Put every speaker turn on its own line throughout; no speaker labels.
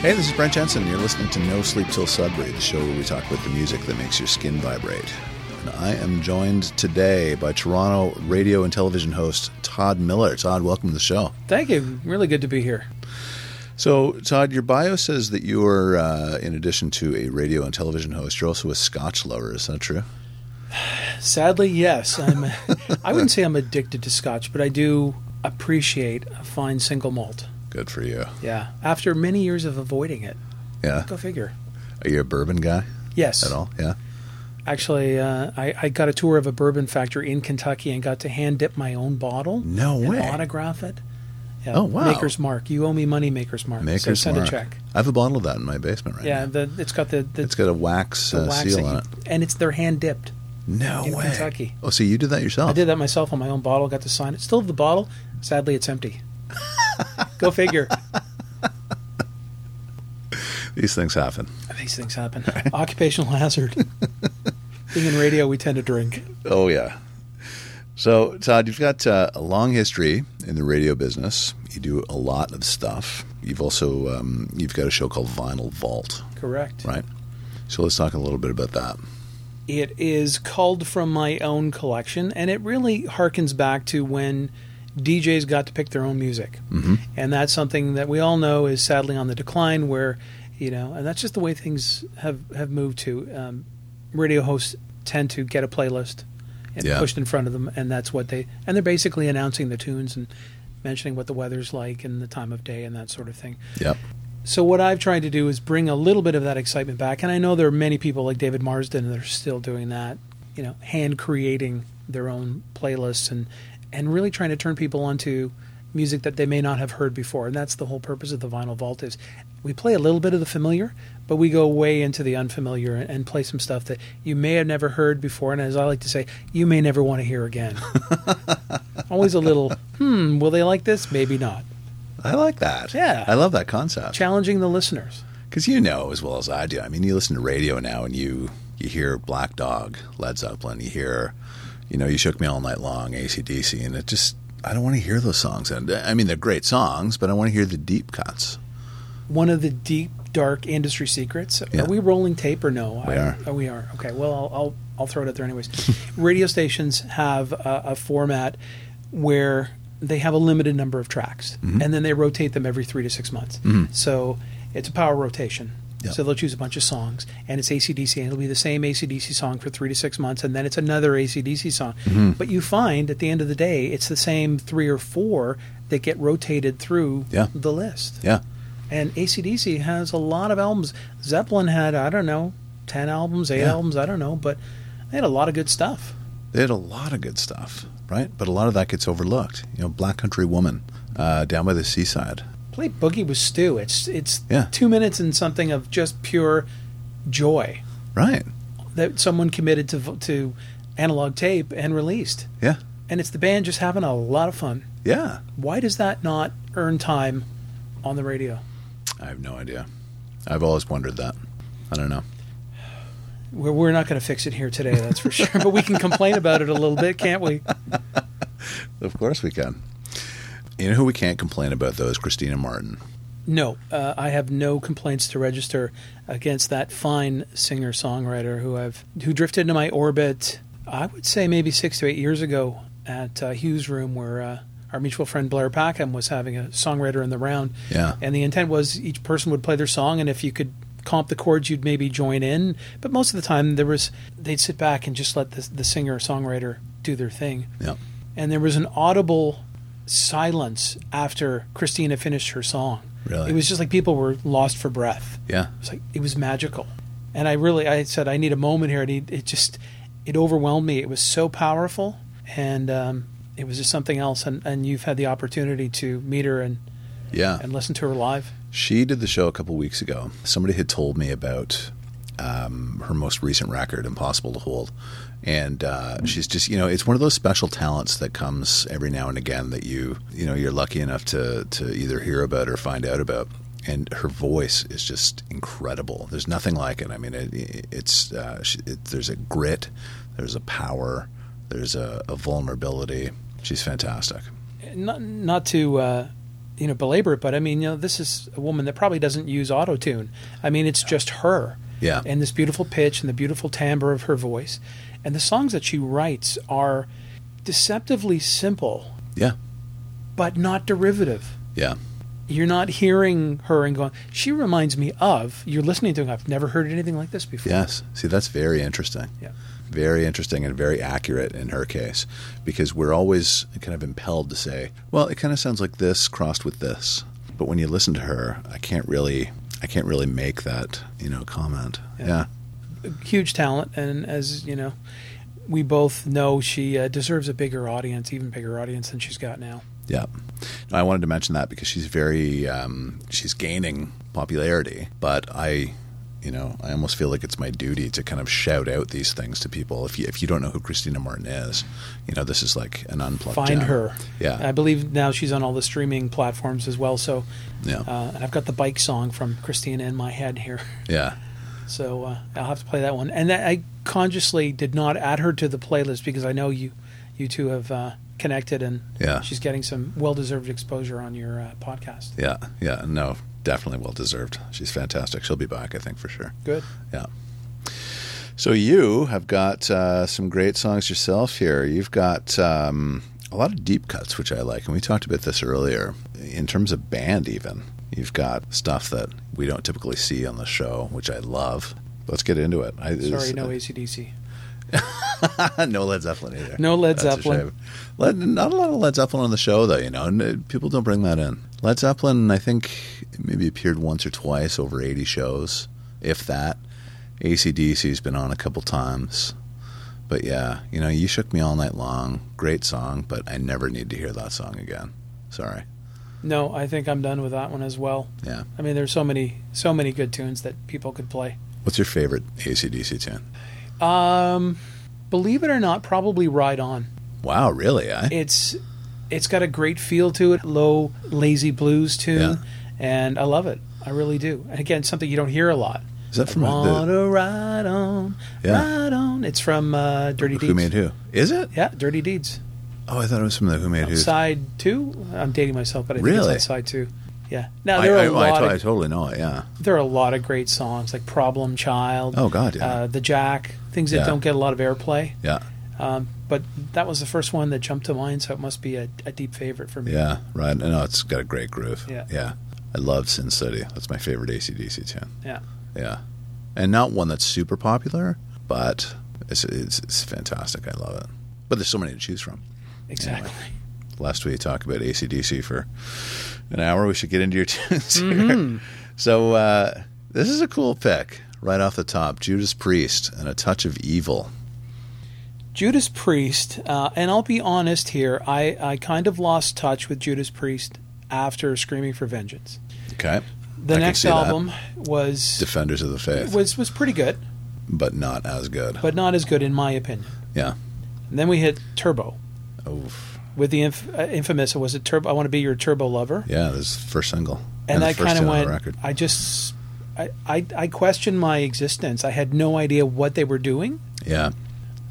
Hey, this is Brent Jensen. You're listening to No Sleep Till Sudbury, the show where we talk about the music that makes your skin vibrate. And I am joined today by Toronto radio and television host Todd Miller. Todd, welcome to the show.
Thank you. Really good to be here.
So, Todd, your bio says that you are, uh, in addition to a radio and television host, you're also a Scotch lover. Is that true?
Sadly, yes. I'm. I wouldn't say I'm addicted to Scotch, but I do appreciate a fine single malt.
Good for you.
Yeah. After many years of avoiding it,
Yeah.
go figure.
Are you a bourbon guy
Yes.
at all? Yeah.
Actually, uh, I, I got a tour of a bourbon factory in Kentucky and got to hand dip my own bottle.
No
and
way.
Autograph it. Yeah,
Oh, wow.
Maker's Mark. You owe me money, Maker's Mark. so
Maker's
send
Mark.
a check.
I have a bottle of that in my basement right
Yeah,
now.
the, it's got the, the,
It's got a wax,
the
uh,
wax
seal
that
on
you-
it.
and it's they're hand dipped.
No
in
way.
Kentucky.
Oh, so you did that yourself?
I did that myself on my own bottle. Got to sign it. Still have the bottle. Sadly, it's empty. Go figure.
These things happen.
These things happen. Occupational hazard. Being in radio, we tend to drink.
Oh yeah. So Todd, you've got uh, a long history in the radio business. You do a lot of stuff. You've also um, you've got a show called Vinyl Vault,
Correct.
right? So let's talk a little bit about that.
It is culled from my own collection, and it really harkens back to when DJs got to pick their own music. Mm-hmm. And that's something that we all know is sadly on the decline, where, you know, and that's just the way things have, have moved to. Um, radio hosts tend to get a playlist and
Yeah.
pushed in front of them, and that's what they, and they're basically announcing the tunes and mentioning what the weather's like and the time of day and that sort of thing.
Yep.
So what I've tried to do is bring a little bit of that excitement back, and I know there are many people like David Marsden that are still doing that, you know, hand creating their own playlists and and really trying to turn people onto music that they may not have heard before, and that's the whole purpose of the Vinyl Vault is we play a little bit of the familiar, but we go way into the unfamiliar and, and play some stuff that you may have never heard before, and as I like to say, you may never want to hear again. Always a little, hmm, will they like this? Maybe not.
I like that.
Yeah.
I love that concept
Challenging the listeners.
because you know as well as I do. I mean, you listen to radio now, and you you hear Black Dog, Led Zeppelin. You hear, you know, you shook me all night long, ACDC, and it just I don't want to hear those songs. And I mean, they're great songs, but I want to hear the deep cuts.
one of the deep dark industry secrets.
Yeah.
Are we rolling tape or no?
We
I-
are.
Oh, we are. Okay. Well, I'll I'll, I'll throw it out there anyways. Radio stations have a, a format where they have a limited number of tracks,
Mm-hmm.
and then they rotate them every three to six months. So it's a power rotation.
Yeah.
So they'll choose a bunch of songs, and it's ACDC, and it'll be the same ACDC song for three to six months, and then it's another ACDC song.
Mm-hmm.
But you find at the end of the day, it's the same three or four that get rotated through
Yeah.
the list.
Yeah.
And ACDC has a lot of albums. Zeppelin had, I don't know, 10 albums, 8
Yeah.
albums, I don't know, but they had a lot of good stuff.
They had a lot of good stuff, right? But a lot of that gets overlooked. You know, Black Country Woman, uh, Down by the Seaside.
Play Boogie with Stew. It's, it's
Yeah.
two minutes and something of just pure joy
Right.
that someone committed to, v- to analog tape and released.
Yeah.
And it's the band just having a lot of fun.
Yeah.
Why does that not earn time on the radio?
I have no idea. I've always wondered that. I don't know.
We're, we're not going to fix it here today, that's for sure. but we can complain about it a little bit, can't we?
Of course we can. You know who we can't complain about though is Christina Martin.
No, uh, I have no complaints to register against that fine singer songwriter who I've who drifted into my orbit. I would say maybe six to eight years ago at uh, Hughes Room, where uh, our mutual friend Blair Packham was having a songwriter in the round.
Yeah.
and the intent was each person would play their song, and if you could comp the chords, you'd maybe join in. But most of the time, there was they'd sit back and just let the the singer songwriter do their thing
Yeah.
and there was an audible silence after Christina finished her song.
Really?
It was just like people were lost for breath.
Yeah.
It was like it was magical. And I really I said I need a moment here. I need it just it overwhelmed me. It was so powerful and um, it was just something else and, and you've had the opportunity to meet her and,
Yeah.
and listen to her live.
She did the show a couple weeks ago. Somebody had told me about um, her most recent record, Impossible to Hold. And uh, she's just, you know, it's one of those special talents that comes every now and again that you, you know, you're lucky enough to, to either hear about or find out about. And her voice is just incredible. There's nothing like it. I mean, it, it's uh, she- it, there's a grit, there's a power, there's a, a vulnerability. She's fantastic.
Not not to uh, you know belabor it, but I mean, you know, this is a woman that probably doesn't use auto tune. I mean, it's just her.
Yeah.
And this beautiful pitch and the beautiful timbre of her voice, and the songs that she writes are deceptively simple,
Yeah.
but not derivative.
Yeah.
You're not hearing her and going, she reminds me of. You're listening to. her, I've never heard anything like this before.
Yes. See, that's very interesting.
Yeah.
Very interesting and very accurate in her case because we're always kind of impelled to say, well, it kind of sounds like this crossed with this. But when you listen to her, I can't really I can't really make that, you know, comment. Yeah.
huge talent, and as you know, we both know she uh, deserves a bigger audience, even bigger audience than she's got now.
Yeah. No, I wanted to mention that because she's very um, she's gaining popularity, but I you know, I almost feel like it's my duty to kind of shout out these things to people. If you if you don't know who Christina Martin is, you know, this is like an unplugged
Find
gem.
her. I
Oh, Yeah.
believe now she's on all the streaming platforms as well. So,
Yeah.
uh, and I've got the bike song from Christina in my head here.
yeah.
So uh, I'll have to play that one. And that, I consciously did not add her to the playlist because I know you, you two have uh, connected, and
Yeah.
she's getting some well-deserved exposure on your uh, podcast.
Yeah, yeah, no, definitely well deserved. She's fantastic. She'll be back, I think, for sure.
Good.
Yeah. So you have got uh, some great songs yourself here. You've got um, a lot of deep cuts, which I like, and we talked about this earlier. In terms of band, even you've got stuff that we don't typically see on the show, which I love. Let's get into it. uh, I,
Sorry,
it's-
no ACDC.
no Led Zeppelin either.
No Led
That's a
Zeppelin.
shame. Led, not a lot of Led Zeppelin on the show, though. You know, and uh, people don't bring that in. Led Zeppelin, I think, maybe appeared once or twice over eighty shows, if that. ACDC's been on a couple times, but yeah, you know, you shook me all night long. Great song, but I never need to hear that song again. Sorry.
No, I think I'm done with that one as well.
Yeah.
I mean, there's so many, so many good tunes that people could play.
What's your favorite ACDC tune?
Um, believe it or not, probably "Ride On."
Wow, really? eh? I
It's, it's got a great feel to it, low, lazy blues tune,
Yeah.
and I love it. I really do. And again, something you don't hear a lot.
is that from
Want
the,
to ride on,
Yeah.
ride on. It's from uh, Dirty
Who
Deeds.
Made Who? Is it?
Yeah, Dirty Deeds.
Oh, I thought it was from the Who Made Who.
Side two. I'm dating myself, but I think
Really?
it's on side two. Yeah. Now
I,
there are
I,
a
oh, I
lot
to-
of
I totally know it. Yeah.
there are a lot of great songs like Problem Child.
Oh, God, yeah.
uh, the Jack. Things that
Yeah.
don't get a lot of airplay.
Yeah.
Um, but that was the first one that jumped to mind, so it must be a, a deep favorite for me.
Yeah, right. No, it's got a great groove.
Yeah.
Yeah. I love Sin City. That's my favorite ACDC tune.
Yeah.
Yeah. And not one that's super popular, but it's, it's, it's fantastic. I love it. But there's so many to choose from.
exactly.
Last we talked about ACDC for an hour, we should get into your tunes here.
Mm-hmm.
So uh, this is a cool pick right off the top Judas Priest and A Touch of Evil.
Judas Priest, uh, and I'll be honest here, I, I kind of lost touch with Judas Priest after Screaming for Vengeance.
Okay.
The
I can
next
see that.
album was
Defenders of the Faith,
was was pretty good,
but not as good.
but not as good in my opinion.
yeah.
And then we hit Turbo
Oof.
with the inf- uh, infamous. Was it Turbo? I want to be your Turbo lover.
Yeah, this is the first single.
and
the
I
first
kind of
tune on the
went.
record.
I just, I, I, I questioned my existence. I had no idea what they were doing,
Yeah,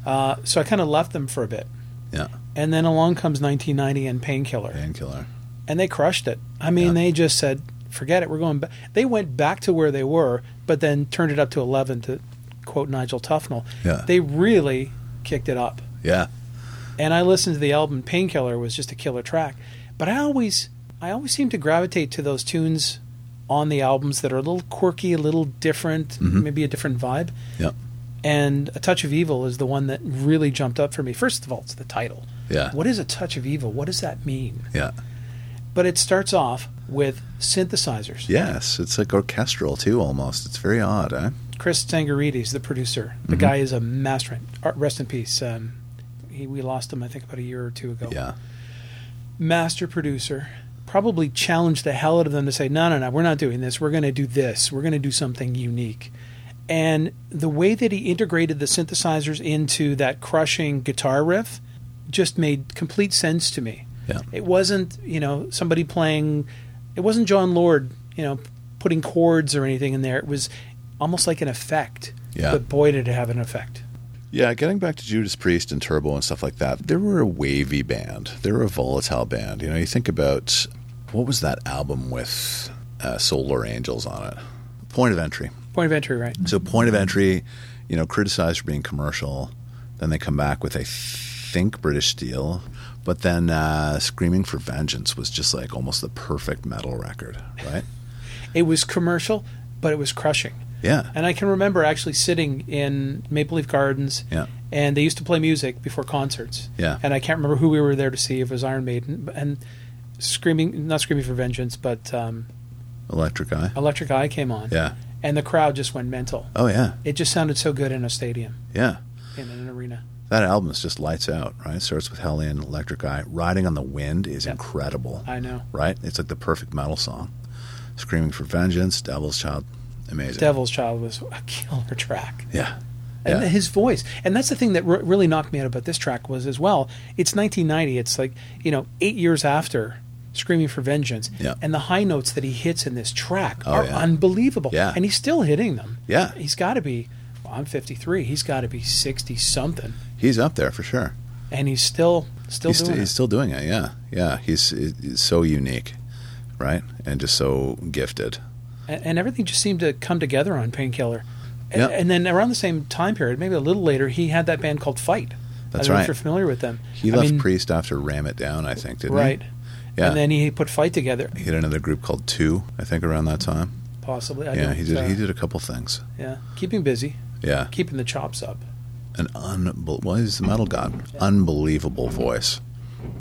uh, so I kind of left them for a bit.
yeah.
And then along comes 1990 and Painkiller,
Painkiller.
and they crushed it. I mean,
Yeah.
they just said, "Forget it, we're going." back. They went back to where they were, but then turned it up to 11 to quote Nigel Tufnell.
Yeah.
They really kicked it up.
Yeah,
and I listened to the album Painkiller was just a killer track. But I always I always seem to gravitate to those tunes on the albums that are a little quirky, a little different, maybe a different vibe.
yeah,
And A Touch of Evil is the one that really jumped up for me. First of all, it's the title.
Yeah.
What is a touch of evil? What does that mean?
Ah. yeah.
But it starts off with synthesizers.
Yes, it's like orchestral too, almost. It's very odd, eh?
Chris Sangarides, the producer. The
Mm-hmm.
guy is a master. uh, Rest in peace. Um, he, we lost him, I think, about a year or two ago.
Yeah,
master producer probably challenged the hell out of them to say, no, no, no, we're not doing this. We're going to do this. We're going to do something unique. And the way that he integrated the synthesizers into that crushing guitar riff just made complete sense to me.
yeah,
It wasn't, you know, somebody playing, it wasn't John Lord, you know, putting chords or anything in there. It was almost like an effect.
Yeah.
But boy, did it have an effect.
yeah. Getting back to Judas Priest and Turbo and stuff like that, they were a wavy band. They were a volatile band. You know, you think about what was that album with uh, Solar Angels on it? Point of Entry.
Point of entry, right?
So Point of Entry, you know, criticized for being commercial. Then they come back with I think British Steel, but then uh, Screaming for Vengeance was just like almost the perfect metal record, right?
It was commercial, but it was crushing.
Yeah.
And I can remember actually sitting in Maple Leaf Gardens.
Yeah.
And they used to play music before concerts.
Yeah.
And I can't remember who we were there to see, if it was Iron Maiden. b- And Screaming, not Screaming for Vengeance, but um,
Electric Eye.
Electric Eye came on.
Yeah.
And the crowd just went mental.
Oh yeah.
It just sounded so good in a stadium,
Yeah.
in an arena.
That album is just lights out, right? Starts with Hellion, Electric Eye. Riding on the Wind is
Yeah.
incredible,
I know.
right? It's like the perfect metal song. Screaming for Vengeance, Devil's Child, amazing.
Devil's Child was a killer track.
Yeah.
and
Yeah.
his voice and that's the thing that re- really knocked me out about this track was as well it's 1990 it's like you know eight years after screaming for vengeance
Yeah.
and the high notes that he hits in this track
Oh,
are
yeah.
unbelievable
Yeah.
and he's still hitting them
Yeah.
he's got to be well, i'm 53 he's got to be 60 something
He's up there for sure.
and he's still still
he's,
doing
st- he's
it
still doing it. Yeah, yeah. He's, he's so unique, right? And just so gifted.
and, and everything just seemed to come together on painkiller and,
Yeah.
and then around the same time period maybe a little later he had that band called fight
That's
I don't know
right.
if you're familiar with them
He
I
left
mean,
Priest after Ram It Down, I think, didn't
right
he? Yeah.
and then he put fight together
he had another group called Two, I think, around that time.
possibly. I
yeah,
don't,
he did.
uh,
he did a couple things.
Yeah, keeping busy,
Yeah,
keeping the chops up.
an unbel- well, he's the metal god. Unbelievable voice.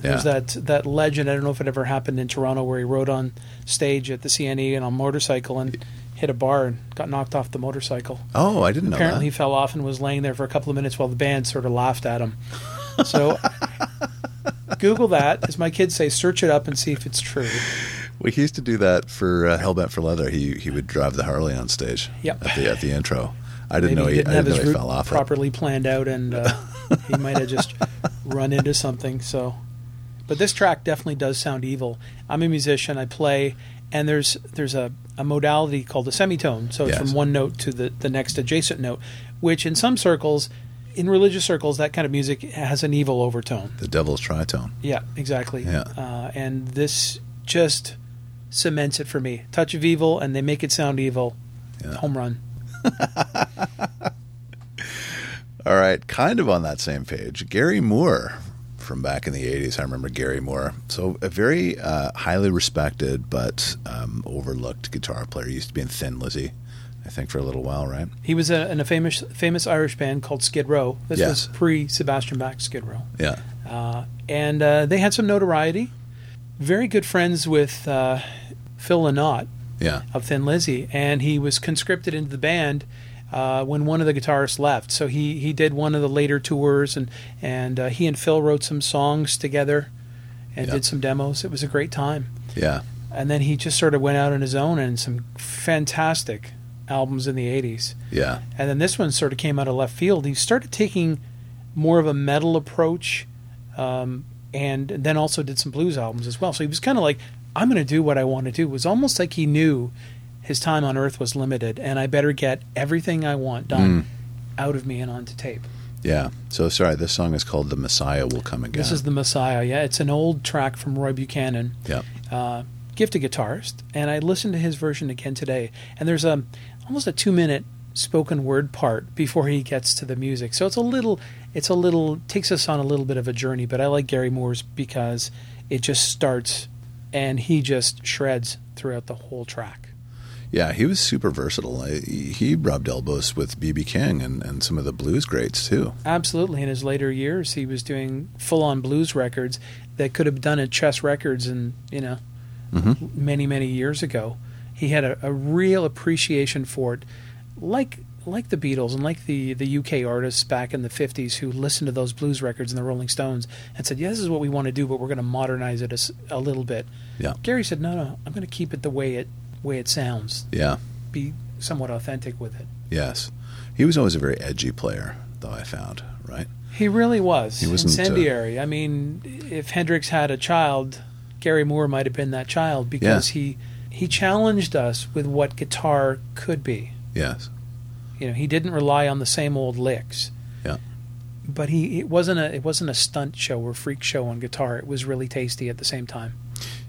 Yeah,
There's that that legend. I don't know if it ever happened in Toronto where he rode on stage at the CNE and on a motorcycle and hit a bar and got knocked off the motorcycle.
oh, I didn't know
Apparently, he
that.
fell off and was laying there for a couple of minutes while the band sort of laughed at him. So. Google that, as my kids say, search it up and see if it's true.
Well, he used to do that for uh, Hellbent for Leather. He he would drive the Harley on stage.
Yep.
At the at the intro, I didn't
Maybe
know
he
he,
didn't
I
have
didn't
his
know he
route
fell off. it.
properly planned out, and uh, he might have just run into something. So, but this track definitely does sound evil. I'm a musician; I play, and there's there's a, a modality called a semitone. So it's
Yes.
from one note to the the next adjacent note, which in some circles, in religious circles, that kind of music has an evil overtone.
The Devil's Tritone.
Yeah, exactly.
Yeah.
Uh, and this just cements it for me. Touch of evil, and they make it sound evil.
Yeah.
Home run.
All right, kind of on that same page, Gary Moore from back in the 80s. I remember Gary Moore. So, a very uh, highly respected but um, overlooked guitar player. He used to be in Thin Lizzy, I think, for a little while, right?
He was a, in a famous famous Irish band called Skid Row. This
Yes.
was pre Sebastian Bach Skid Row,
Yeah.
uh, and uh, they had some notoriety. Very good friends with uh, Phil Lynott
Yeah.
of Thin Lizzy, and he was conscripted into the band uh, when one of the guitarists left. So he he did one of the later tours, and and uh, he and Phil wrote some songs together, and
Yeah.
did some demos. It was a great time
Yeah.
and then he just sort of went out on his own and some fantastic albums in the 80s
Yeah.
and then this one sort of came out of left field he started taking more of a metal approach um, and then also did some blues albums as well so he was kind of like i'm going to do what i want to do it was almost like he knew his time on earth was limited and i better get everything i want done out of me and onto tape
Yeah. So, sorry, this song is called The Messiah Will Come Again.
this is the messiah yeah it's an old track from roy buchanan
yeah.
uh, gifted guitarist, and I listened to his version again today. And there's a almost a two minute spoken word part before he gets to the music, so it's a little, it's a little takes us on a little bit of a journey. But I like Gary Moore's because it just starts, and he just shreds throughout the whole track.
Yeah, he was super versatile. I- He rubbed elbows with B.B. King and, and some of the blues greats, too.
Absolutely. In his later years, he was doing full on blues records that could have done at Chess Records and, you know, many, many years ago. He had a, a real appreciation for it, like like the Beatles and like the, the UK artists back in the 50s who listened to those blues records and the Rolling Stones and said, yeah, this is what we want to do, but we're going to modernize it a, s- a little bit.
Yeah.
Gary said, no, no, I'm going to keep it the way it, way it sounds,
Yeah.
be somewhat authentic with it.
Yes. He was always a very edgy player, though, I found, right?
He really was
He wasn't, uh,
incendiary. I mean, if Hendrix had a child, Gary Moore might have been that child because he he challenged us with what guitar could be.
Yes.
You know, he didn't rely on the same old licks.
Yeah.
But he it wasn't a it wasn't a stunt show or freak show on guitar. It was really tasty at the same time.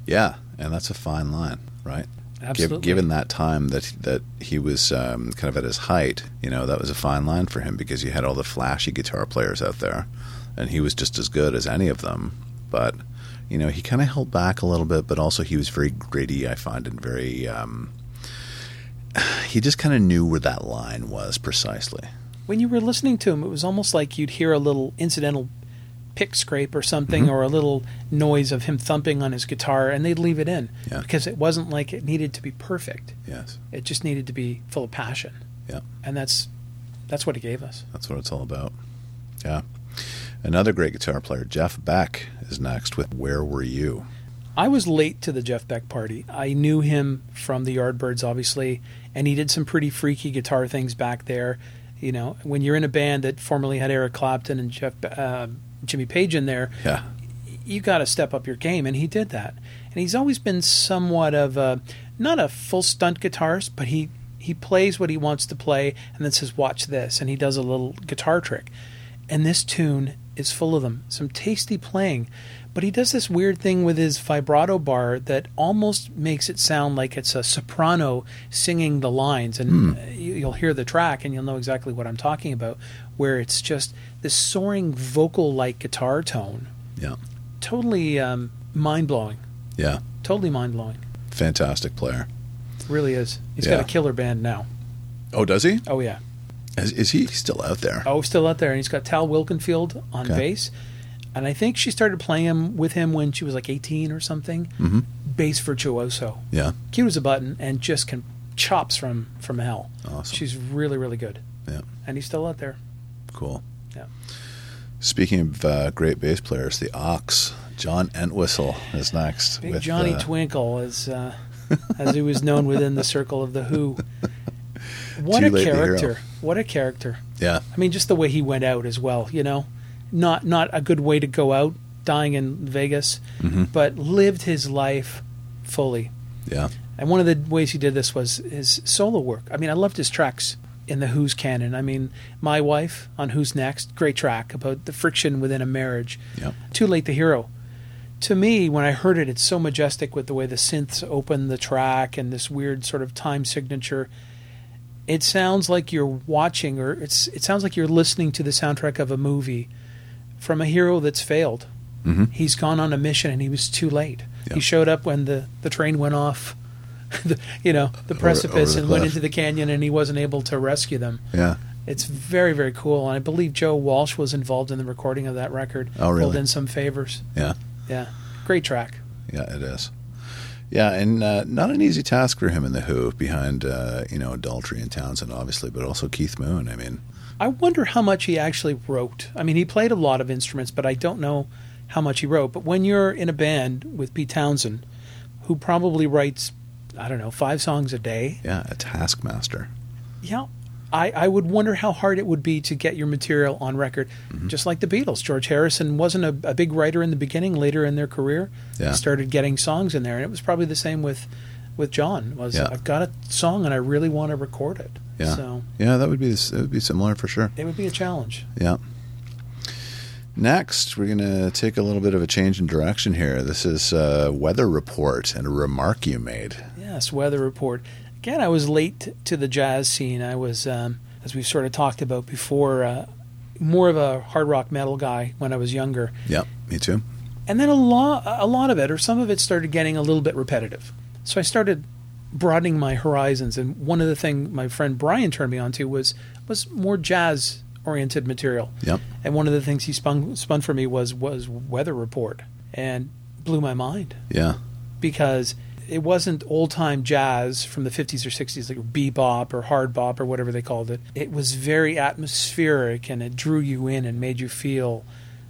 Yeah, and that's a fine line, right?
Absolutely.
given that time that that he was um, kind of at his height, you know, that was a fine line for him because you had all the flashy guitar players out there, and he was just as good as any of them. But you know, he kind of held back a little bit, but also he was very gritty. I find and very. Um, he just kind of knew where that line was precisely.
when you were listening to him, it was almost like you'd hear a little incidental pick scrape or something,
Mm-hmm.
or a little noise of him thumping on his guitar, and they'd leave it in
Yeah.
because it wasn't like it needed to be perfect.
Yes.
It just needed to be full of passion,
Yeah.
and that's that's what it gave us.
That's what it's all about. Yeah. Another great guitar player, Jeff Beck, is next with Where Were You?
I was late to the Jeff Beck party. I knew him from the Yardbirds, obviously, and he did some pretty freaky guitar things back there. You know, when you're in a band that formerly had Eric Clapton and Jeff, Be- uh, Jimmy Page in there,
Yeah.
you got to step up your game, and he did that. And he's always been somewhat of a not a full stunt guitarist, but he he plays what he wants to play, and then says, "Watch this," and he does a little guitar trick. And this tune is full of them, some tasty playing, but he does this weird thing with his vibrato bar that almost makes it sound like it's a soprano singing the lines, and
Hmm.
uh, you- you'll hear the track and you'll know exactly what I'm talking about, where it's just this soaring vocal-like guitar tone
Yeah.
totally um, mind blowing.
Yeah.
Totally mind blowing.
Fantastic player.
Really is. He's
Yeah.
got a killer band now.
Oh, does he?
Oh yeah.
Is, is he still out there?
Oh, still out there, and he's got Tal Wilkenfield on
Okay.
bass, and I think she started playing him with him when she was like 18 or something.
Mm-hmm.
Bass virtuoso,
Yeah.
cute as a button, and just can chops from from hell.
Awesome.
She's really really good,
yeah.
and he's still out there.
Cool.
Yeah.
Speaking of uh, great bass players, the Ox, John Entwistle is next.
Big Johnny
uh,
Twinkle, as uh, as he was known within the circle of the Who. What
Too
a
late to hero.
character! What a character!
Yeah.
I mean, just the way he went out as well. You know, not not a good way to go out, dying in Vegas, but lived his life fully.
Yeah.
And one of the ways he did this was his solo work. I mean, I loved his tracks in the Who's canon. I mean, My Wife on Who's Next, great track about the friction within a marriage.
Yep.
Too Late the Hero. To me, when I heard it, it's so majestic with the way the synths open the track and this weird sort of time signature. It sounds like you're watching, or it's it sounds like you're listening to the soundtrack of a movie from a hero that's failed. He's gone on a mission and he was too late.
Mm-hmm. Yeah.
He showed up when the, the train went off, the, you know, the precipice
over the
and went
cliff.
into the canyon and he wasn't able to rescue them.
Yeah.
It's very, very cool. And I believe Joe Walsh was involved in the recording of that record.
Oh, really?
Pulled in some favors.
Yeah.
Yeah. Great track.
Yeah, it is. Yeah, and uh, not an easy task for him in the Who behind uh, you know Daltrey and Townsend, obviously, but also Keith Moon. I mean,
I wonder how much he actually wrote. I mean, he played a lot of instruments, but I don't know how much he wrote. But when you're in a band with Pete Townsend, who probably writes, I don't know, five songs a day,
yeah, a taskmaster.
Yeah. I, I would wonder how hard it would be to get your material on record,
Mm-hmm.
just like the Beatles. George Harrison wasn't a, a big writer in the beginning. Later in their career,
Yeah.
he started getting songs in there, and it was probably the same with with John. Was
Yeah.
I've got a song and I really want to record it.
Yeah,
So
yeah, that would be that would be similar for sure.
it would be a challenge.
Yeah. Next, we're going to take a little bit of a change in direction here. This is a weather report and a remark you made.
Yes, weather report. Again, I was late to the jazz scene. I was, um, as we've sort of talked about before, uh, more of a hard rock metal guy when I was younger.
Yep, me too.
and then a lot a lot of it or some of it started getting a little bit repetitive so i started broadening my horizons and one of the thing my friend brian turned me onto was was more jazz oriented material
Yep.
and one of the things he spun spun for me was was weather report and blew my mind
Yeah,
because it wasn't old time jazz from the 50s or 60s, like bebop or hard bop or whatever they called it. It was very atmospheric and it drew you in and made you feel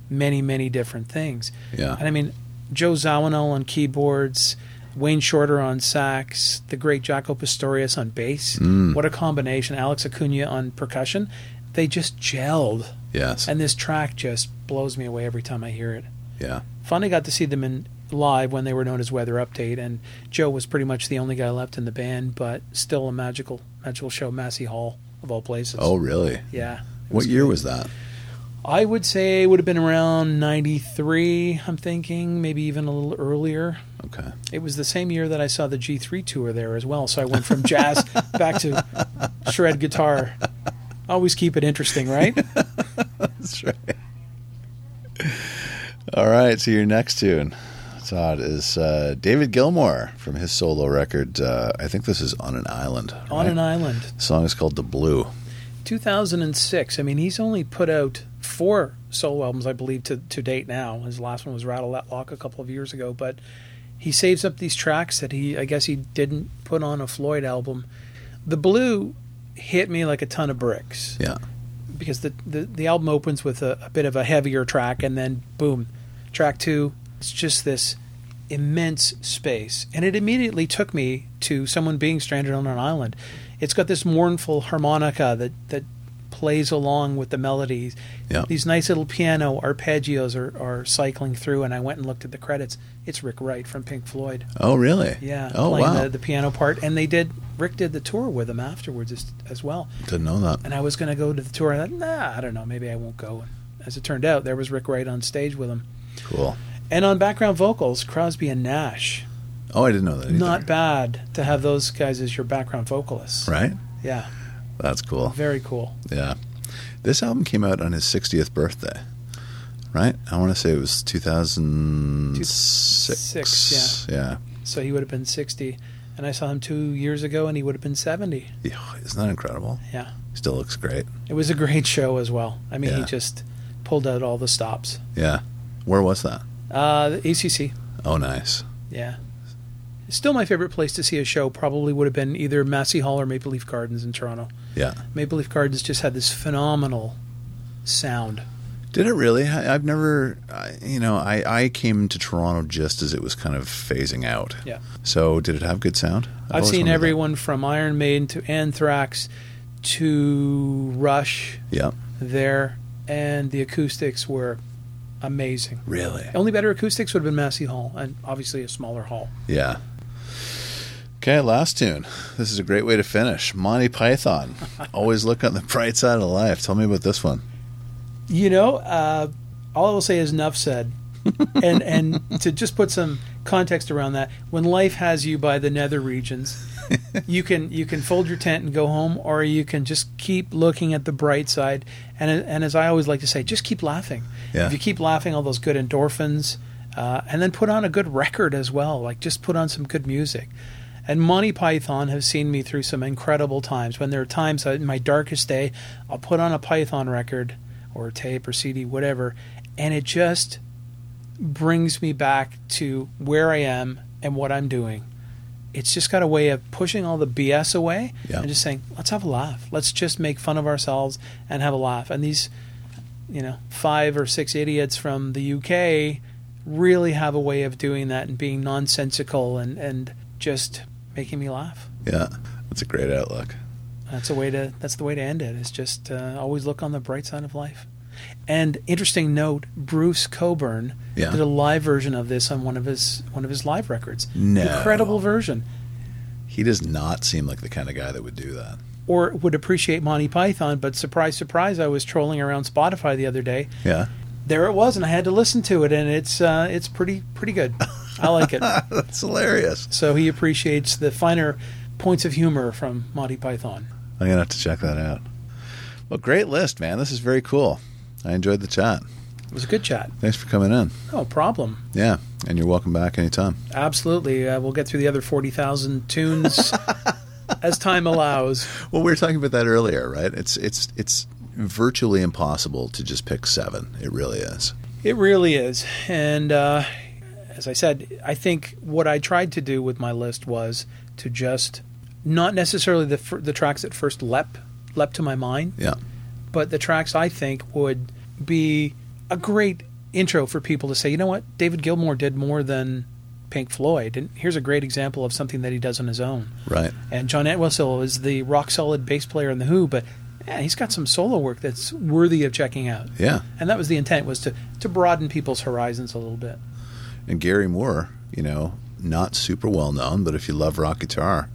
many, many different things.
Yeah.
And I mean, Joe Zawinul on keyboards, Wayne Shorter on sax, the great Jaco Pastorius on bass. What a combination. Alex Acuna on percussion. They just gelled.
yes.
And this track just blows me away every time I hear it
yeah,
finally got to see them in live when they were known as Weather Update, and Joe was pretty much the only guy left in the band, but still a magical, magical show. Massey Hall of all places.
oh, really?
yeah. It
What year was that?
I would say it would have been around 93, I'm thinking, maybe even a little earlier.
Okay.
It was the same year that I saw the G3 tour there as well. So I went from jazz back to shred guitar. Always keep it interesting, right?
That's right. All right, so your next tune, Todd, is uh, David Gilmour from his solo record. Uh, I think this is On an Island.
On an
right?
island.
The song is called The Blue.
2006. I mean, he's only put out four solo albums, I believe, to, to date now. His last one was Rattle That Lock a couple of years ago, but he saves up these tracks that he, I guess, he didn't put on a Floyd album. The Blue hit me like a ton of bricks
Yeah.
because the, the, the album opens with a, a bit of a heavier track and then boom track two it's just this immense space and it immediately took me to someone being stranded on an island it's got this mournful harmonica that, that plays along with the melodies
Yeah.
these nice little piano arpeggios are, are cycling through and i went and looked at the credits it's rick wright from pink floyd
Oh, really?
yeah
Oh,
playing
wow.
the, the piano part and they did rick did the tour with him afterwards as, as well
Didn't know that.
and I was going to go to the tour. And I thought, nah, I don't know, maybe I won't go. And as it turned out, there was Rick Wright on stage with him,
Cool.
and on background vocals, Crosby and Nash.
Oh, I didn't know that. Either.
Not bad to have those guys as your background vocalists.
right.
Yeah,
That's cool.
very cool.
Yeah. This album came out on his 60th birthday, right? I want to say it was 2006.
Six,
yeah.
So he would have been sixty, and I saw him two years ago, and he would have been seventy.
Yeah. Isn't that incredible?
Yeah,
Still looks great.
it was a great show as well. I mean, he
Yeah.
just pulled out all the stops.
Yeah. Where was that?
Uh, the ACC,
Oh, nice.
yeah. Still, my favorite place to see a show probably would have been either Massey Hall or Maple Leaf Gardens in Toronto.
Yeah.
Maple Leaf Gardens just had this phenomenal sound.
Did it really? I, I've never, I, you know, I, I came to Toronto just as it was kind of phasing out.
Yeah.
So did it have good sound? I've
I've
always
seen
wondered
everyone from Iron Maiden to Anthrax to Rush
that. Yeah.
there, and the acoustics were amazing.
Really?
Only better acoustics would have been Massey Hall, and obviously a smaller hall.
Yeah. Okay, last tune. This is a great way to finish. Monty Python. Always look on the bright side of life. Tell me about this one.
You know, uh, all I will say is enough said. and and to just put some context around that, when life has you by the nether regions, you can you can fold your tent and go home, or you can just keep looking at the bright side. And and as I always like to say, just keep laughing.
Yeah.
If you keep laughing, all those good endorphins, uh, and then put on a good record as well. Like just put on some good music. And Monty Python have seen me through some incredible times. When there are times that in my darkest day, I'll put on a Python record or tape or CD, whatever, and it just brings me back to where I am and what I'm doing. It's just got a way of pushing all the BS away
Yeah.
and just saying, let's have a laugh. Let's just make fun of ourselves and have a laugh. And these, you know, five or six idiots from the UK really have a way of doing that and being nonsensical and, and just making me laugh.
Yeah, that's a great outlook.
That's a way to. That's the way to end it. Is just uh, always look on the bright side of life. And interesting note: Bruce Coburn
Yeah.
did a live version of this on one of his one of his live records.
No.
incredible version.
He does not seem like the kind of guy that would do that.
Or would appreciate Monty Python, but surprise, surprise! I was trolling around Spotify the other day.
Yeah.
There it was, and I had to listen to it, and it's uh, it's pretty pretty good. I like it.
that's hilarious.
So he appreciates the finer points of humor from Monty Python.
I'm going to have to check that out. Well, great list, man. This is very cool. I enjoyed the chat.
It was a good chat.
Thanks for coming in.
No problem.
Yeah, and you're welcome back anytime.
Absolutely. Uh, we'll get through the other 40,000 tunes as time allows.
Well, we were talking about that earlier, right? It's it's it's virtually impossible to just pick 7. It really is.
It really is. And uh, as I said, I think what I tried to do with my list was to just not necessarily the, fir- the tracks that first leapt, leapt to my mind,
Yeah.
but the tracks I think would be a great intro for people to say, you know what, David Gilmour did more than Pink Floyd. And here's a great example of something that he does on his own.
Right.
And John Entwistle is the rock solid bass player in the Who, but yeah, he's got some solo work that's worthy of checking out.
Yeah.
And that was the intent was to to broaden people's horizons a little bit.
And Gary Moore, you know, not super well known, but if you love rock guitar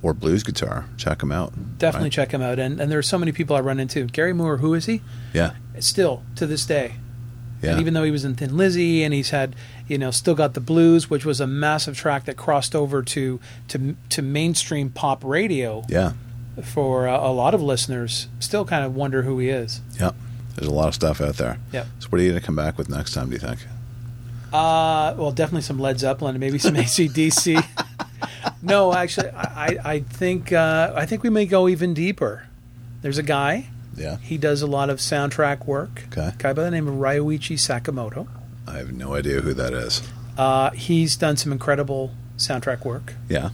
or blues guitar, check him out.
Definitely
Right?
check him out. And and there are so many people I run into. Gary Moore, who is he?
Yeah.
still to this day.
Yeah.
And even though he was in Thin Lizzy and he's had, you know, still got the blues, which was a massive track that crossed over to to to mainstream pop radio
yeah.
for uh, a lot of listeners. Still kind of wonder who he is.
Yeah. There's a lot of stuff out there.
Yeah.
So what are you going to come back with next time, do you think?
Uh, well, definitely some Led Zeppelin and maybe some ACDC. no, actually, I, I- I think uh, I think we may go even deeper. There's a guy.
Yeah.
He does a lot of soundtrack work.
Okay.
guy by the name of Ryuichi Sakamoto.
I have no idea who that is.
Uh, he's done some incredible soundtrack work.
Yeah.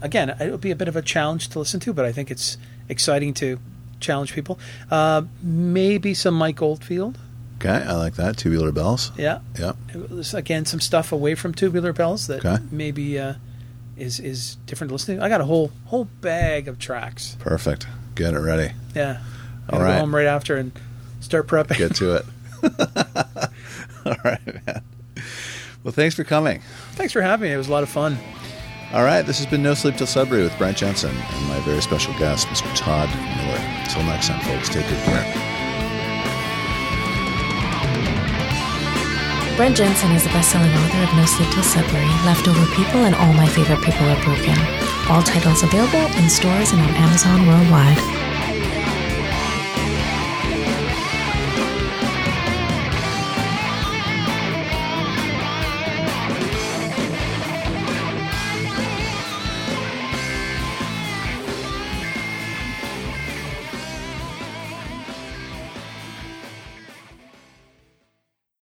Again, it would be a bit of a challenge to listen to, but I think it's exciting to challenge people. Uh, maybe some Mike Oldfield.
Okay. I like that. Tubular Bells.
Yeah.
Yeah.
It was, again some stuff away from tubular bells that
Okay.
maybe uh, is is different to listening. I got a whole whole bag of tracks.
Perfect. Get it ready.
Yeah, I
All
gotta
right.
Go home right after and start prepping.
Get to it. All right, man. Well, thanks for coming.
Thanks for having me. It was a lot of fun.
All right, this has been No Sleep Till Sudbury with Brent Jensen and my very special guest, Mr. Todd Miller. Until next time, folks, take good care.
Brent Jensen is the best-selling author of No Sleep Till Sudbury, Leftover People, and All My Favorite People Are Broken. All titles available in stores and on Amazon worldwide.